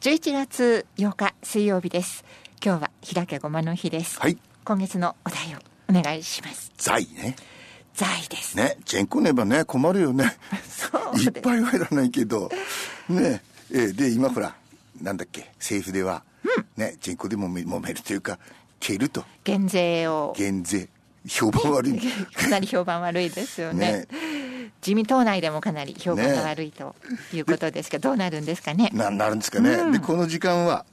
11月8日水曜日です今日は日だけごまの日です、はい今月のお題をお願いします財ね。財ですね、チェンコネばね、困るよね。 そうでいすっぱいはいらないけど。ね、えーで、今ほら、なんだっけ、政府では。ね、チェンコでもめ、揉めるというか、蹴ると、減税を減税、評 判悪い。ね、かなり評判悪いですよね自民党内でもかなり評判が悪いということですけど、どうなるんですかねな、なるんですかね。で、この時間は、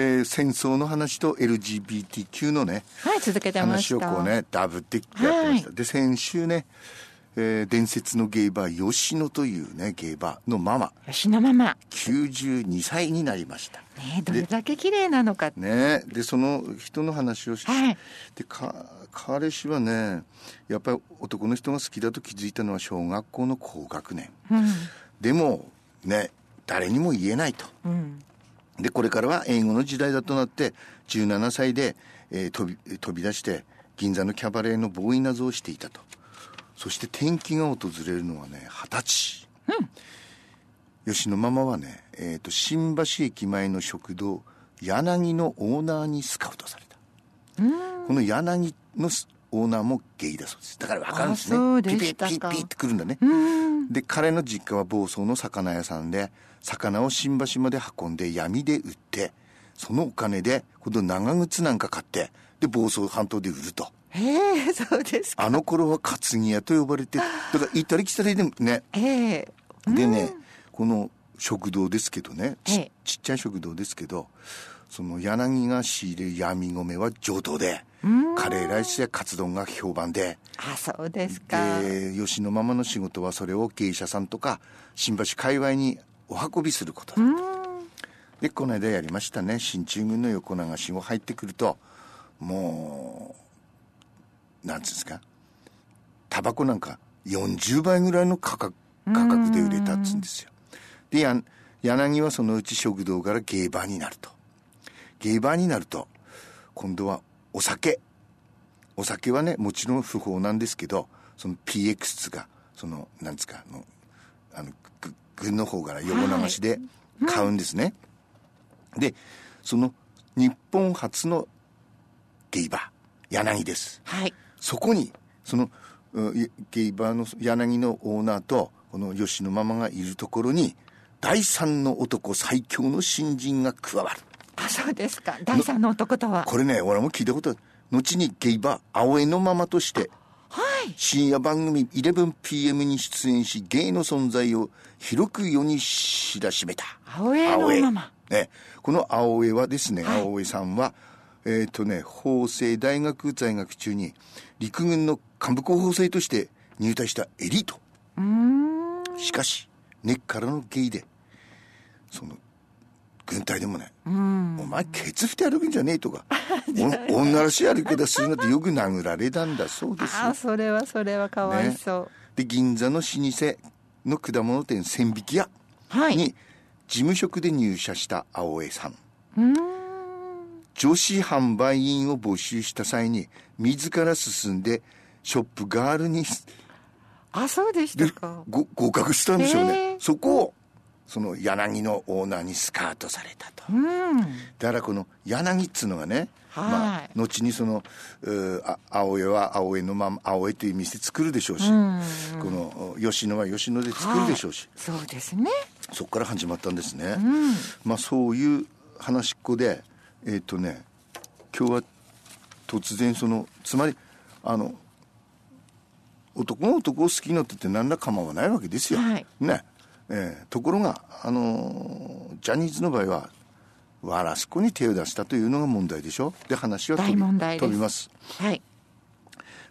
えー戦争の話と LGBTQ のね、はい続けてまし話たをこうねダブってやってました、はで先週ね、えー伝説のゲイバー吉野というねゲイバーのママ吉野ママ92歳になりましたねどれだけ綺麗なのかねでその人の話をして、はいでか彼氏はねやっぱり男の人が好きだと気づいたのは小学校の高学年うんでもね誰にも言えないとうんでこれからは英語の時代だとなって17歳で、えー飛びえー飛び出して銀座のキャバレーのボーイ謎をしていたとそして転機が訪れるのはね二十歳、吉野ママはね、えーと新橋駅前の食堂柳のオーナーにスカウトされたこの柳のスオーナーもゲイだそうですだから分かるんですねあそうでしたかピピッピッピッってくるんだね、うんで彼の実家は房総の魚屋さんで魚を新橋まで運んで闇で売ってそのお金でこの長靴なんか買ってで房総半島で売るとええそうですかあの頃は担ぎ屋と呼ばれてだから行ったり来たりでもねええでねこの食堂ですけどねえちえちっちゃい食堂ですけどその柳が仕入れる闇米は上等でカレーライスやカツ丼が評判であそうですかで吉野ママの仕事はそれを芸者さんとか新橋界隈にお運びすることだでこの間やりましたね進駐軍の横流し後入ってくるともうなんつうんですかタバコなんか40倍ぐらいの価格価格で売れたっつうんですよでや柳はそのうち食堂からゲーバーになるとゲーバーになると今度はお酒お酒はねもちろん不法なんですけどその PX がそのなんですかあのあのぐ軍の方から横流しで買うんですね、でその日本初のゲイバー柳ですはいそこにそのういゲイバーの柳のオーナーとこの吉野ママがいるところに第三の男最強の新人が加わるあそうですか第三の男とはこれね俺も聞いたことある後にゲイバー青江のママとしてはい深夜番組 11PM に出演しゲイの存在を広く世に知らしめた青江のママ青江ね、この青江はですね、はい青江さんはえっ、とね法政大学在学中に陸軍の幹部候補生として入隊したエリートうーんしかし根っからのゲイでその軍隊でもねうんお前ケツ振って歩くんじゃねえと かお女らしい歩き方するなってよく殴られたんだそうですよあそれはそれはかわいそう、で銀座の老舗の果物店千匹屋はいに事務職で入社した青江さんうーん女子販売員を募集した際に自ら進んでショップガールにあそうでしたでかご合格したんでしょうへえねそこをその柳のオーナーにスカートされたとうんだからこの柳っつうのがね、はいまあ、後にそのうーあ青江は青江のまま青江という店作るでしょうし、うんこの吉野は吉野で作るでしょうし、はいそうですねそこから始まったんですね、んまあそういう話っこでえっ、とね今日は突然そのつまりあの男が男を好きになってって何ら構わないわけですよ、はいねえーところがあのージャニーズの場合はわらすこに手を出したというのが問題でしょで話は飛び大問題です飛びますはい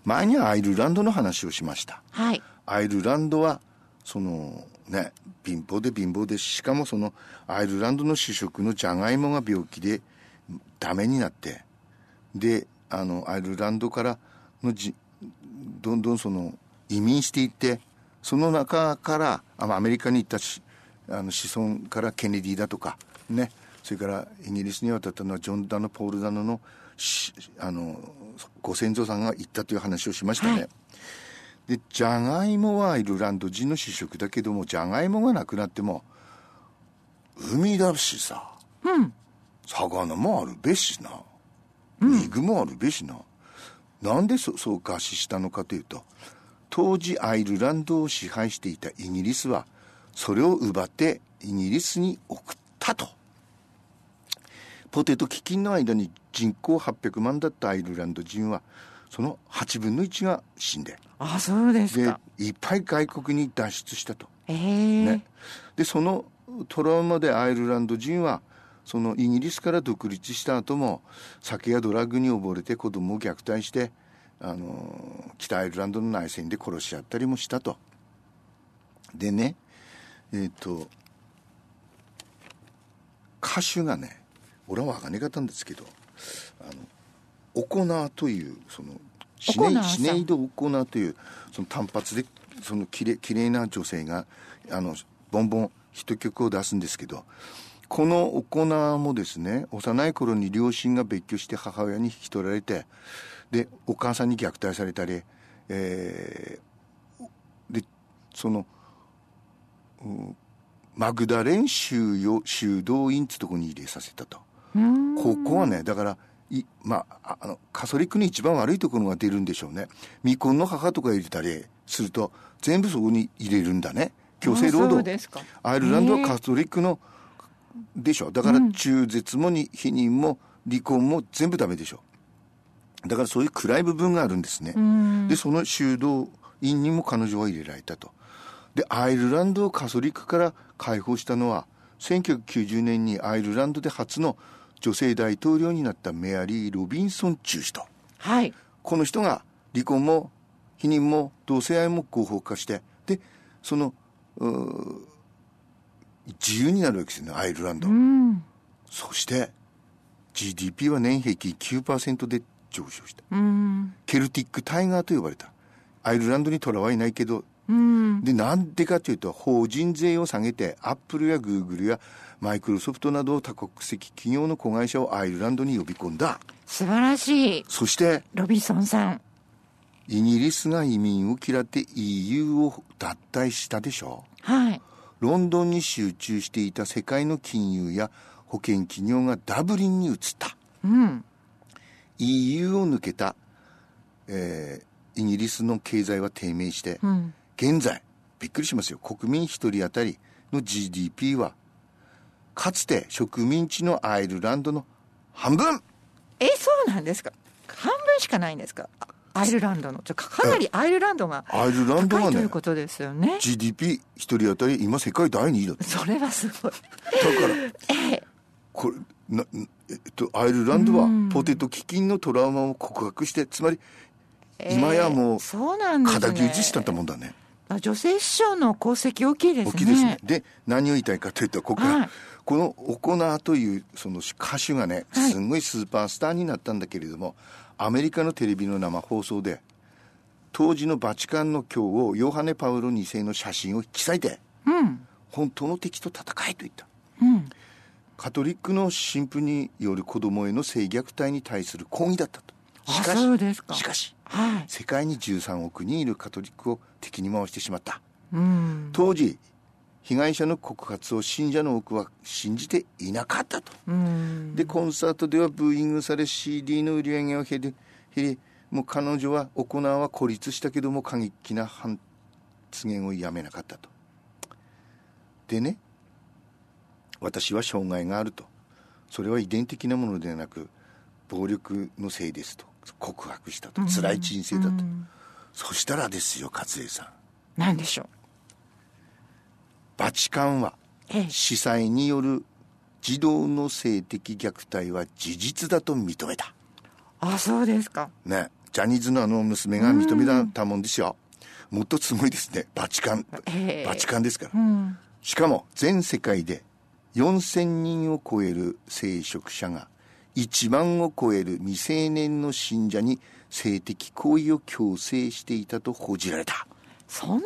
前にはアイルランドの話をしましたはいアイルランドはそのね貧乏で貧乏でしかもそのアイルランドの主食のジャガイモが病気でダメになってであのアイルランドからのじどんどんその移民していってその中からあまあアメリカに行ったしあの子孫からケネディだとかねそれからイギリスに渡ったのはジョン・ダノ・ポール・ダノのしあのご先祖さんが行ったという話をしましたね。はいでジャガイモはアイルランド人の主食だけどもジャガイモがなくなっても海だしさ、魚もあるべしな肉もあるべしな、なんでそそう餓死したのかというと当時アイルランドを支配していたイギリスはそれを奪ってイギリスに送ったとポテト基金の間に人口800万だったアイルランド人はその8分の1が死んであそうですでかいっぱい外国に脱出したと。ええね、でそのトラウマでアイルランド人はそのイギリスから独立した後も酒やドラッグに溺れて子供を虐待してあの北アイルランドの内戦で殺し合ったりもしたと。でねえっ、と歌手がね俺は分かんなかったんですけどあのオコナーというそのシオコナネーさんシネイド・オコナーというその単発でそのきれ綺麗な女性があのボンボンヒット曲を出すんですけどこのオコナーもですね幼い頃に両親が別居して母親に引き取られてでお母さんに虐待されたり、えーでそのうんマグダレン修よ修道院ってとこに入れさせたと。ここはね、だから、いまあ、ああの、カソリックに一番悪いところが出るんでしょうね。未婚の母とか入れたりすると、全部そこに入れるんだね。強あ制労そう働。ですかアイルランドへはえカソリックの、でしょ。だから、中絶もに、避妊も、離婚も全部ダメでしょ。だからそういう暗い部分があるんですね。で、その修道院にも彼女は入れられたと。で、アイルランドをカソリックから解放したのは、1990年にアイルランドで初の女性大統領になったメアリー・ロビンソン中とはいこの人が離婚も避妊も同性愛も合法化して、で、その、うー自由になるわけですよね、アイルランド。うんそして、GDP は年平均9%で上昇した。うんケルティック・タイガーと呼ばれた。アイルランドにとらわれないけど、うんで、なんでかというと、法人税を下げて、アップルやグーグルやマイクロソフトなど多国籍企業の子会社をアイルランドに呼び込んだ。素晴らしいそして、ロビンソンさんイギリスが移民を嫌って EU を脱退したでしょはいロンドンに集中していた世界の金融や保険企業がダブリンに移った。うん、 EU を抜けた、えーイギリスの経済は低迷して、うん、現在、びっくりしますよ。国民一人当たりの GDP は、かつて植民地のアイルランドの半分えそうなんですか半分しかないんですかあアイルランドのちょかかなりアイルランドがアイルランド高はいといねう、ことですよね GDP 一人当たり今世界第2位だって。それはすごいだから、これ、な、んえっと、アイルランドはポテト基金のトラウマを告白して、つまり、今やもうえーそうなんですね仇討ちしたったもんだね。あ女性首相の功績大きいですね大きいですね。で、何を言いたいかというと、ここから、はいこのオコナーというその歌手がね、はいすんごいスーパースターになったんだけれども、アメリカのテレビの生放送で、当時のバチカンの教皇、ヨハネ・パウロ2世の写真を記載で、うん本当の敵と戦えと言った。うんカトリックの神父による子供への性虐待に対する抗議だったと。あしかし、そうですかしかし、はい世界に13億人いるカトリックを敵に回してしまった。うん当時、被害者の告発を信者の多くは信じていなかったと。うんで、コンサートではブーイングされ CD の売り上げを減り、減り、もう彼女は、オコナーは孤立したけども過激な発言をやめなかったと。でね、私は障害があると。それは遺伝的なものではなく、暴力のせいですと。告白したと。辛い人生だと。うんそしたらですよ、勝江さん。なんでしょうバチカンは、ええ司祭による児童の性的虐待は事実だと認めた。あそうですかね、ジャニーズのあの娘が認めたもんですよ。もっとすごいですね。バチカンええ。バチカンですからう。んしかも、全世界で4000人を超える聖職者が、1万を超える未成年の信者に性的行為を強制していたと報じられた。そんな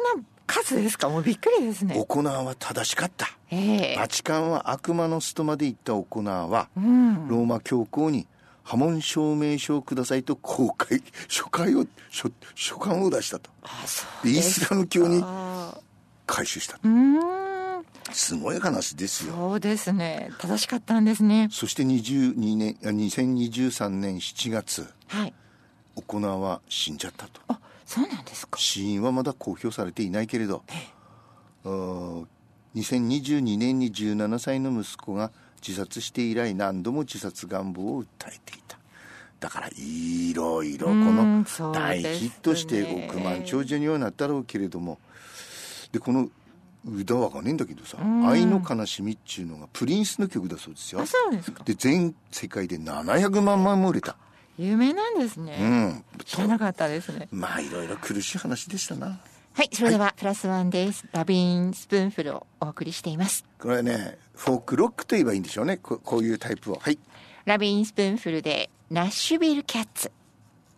数ですかもうびっくりですねオコナーは正しかった。ええバチカンは悪魔のストまで行ったオコナーは、うんローマ教皇に破門証明書をくださいと公開、書簡を、書書簡を出したと。あそうでイスラム教にあ回収した。うーんすごい話ですよそうですね正しかったんですねそして22年あ2023年7月はいオコナは死んじゃったとあそうなんですか死因はまだ公表されていないけれど、あー2022年に17歳の息子が自殺して以来何度も自殺願望を訴えていただからいろいろこうんのそうです大ねヒットして億万長者にはなったろうけれどもでこの歌わかねえんだけどさ「愛の悲しみ」っちゅうのがプリンスの曲だそうですよあそうですかで全世界で700万枚も売れた有名なんですうね、ん知らなかったですねまあいろいろ苦しい話でしたなはいそれではプラスワンですラビーンスプーンフルをお送りしていますこれはねフォークロックと言えばいいんでしょうねここういうタイプをはいラビーンスプーンフルでナッシュビルキャッツ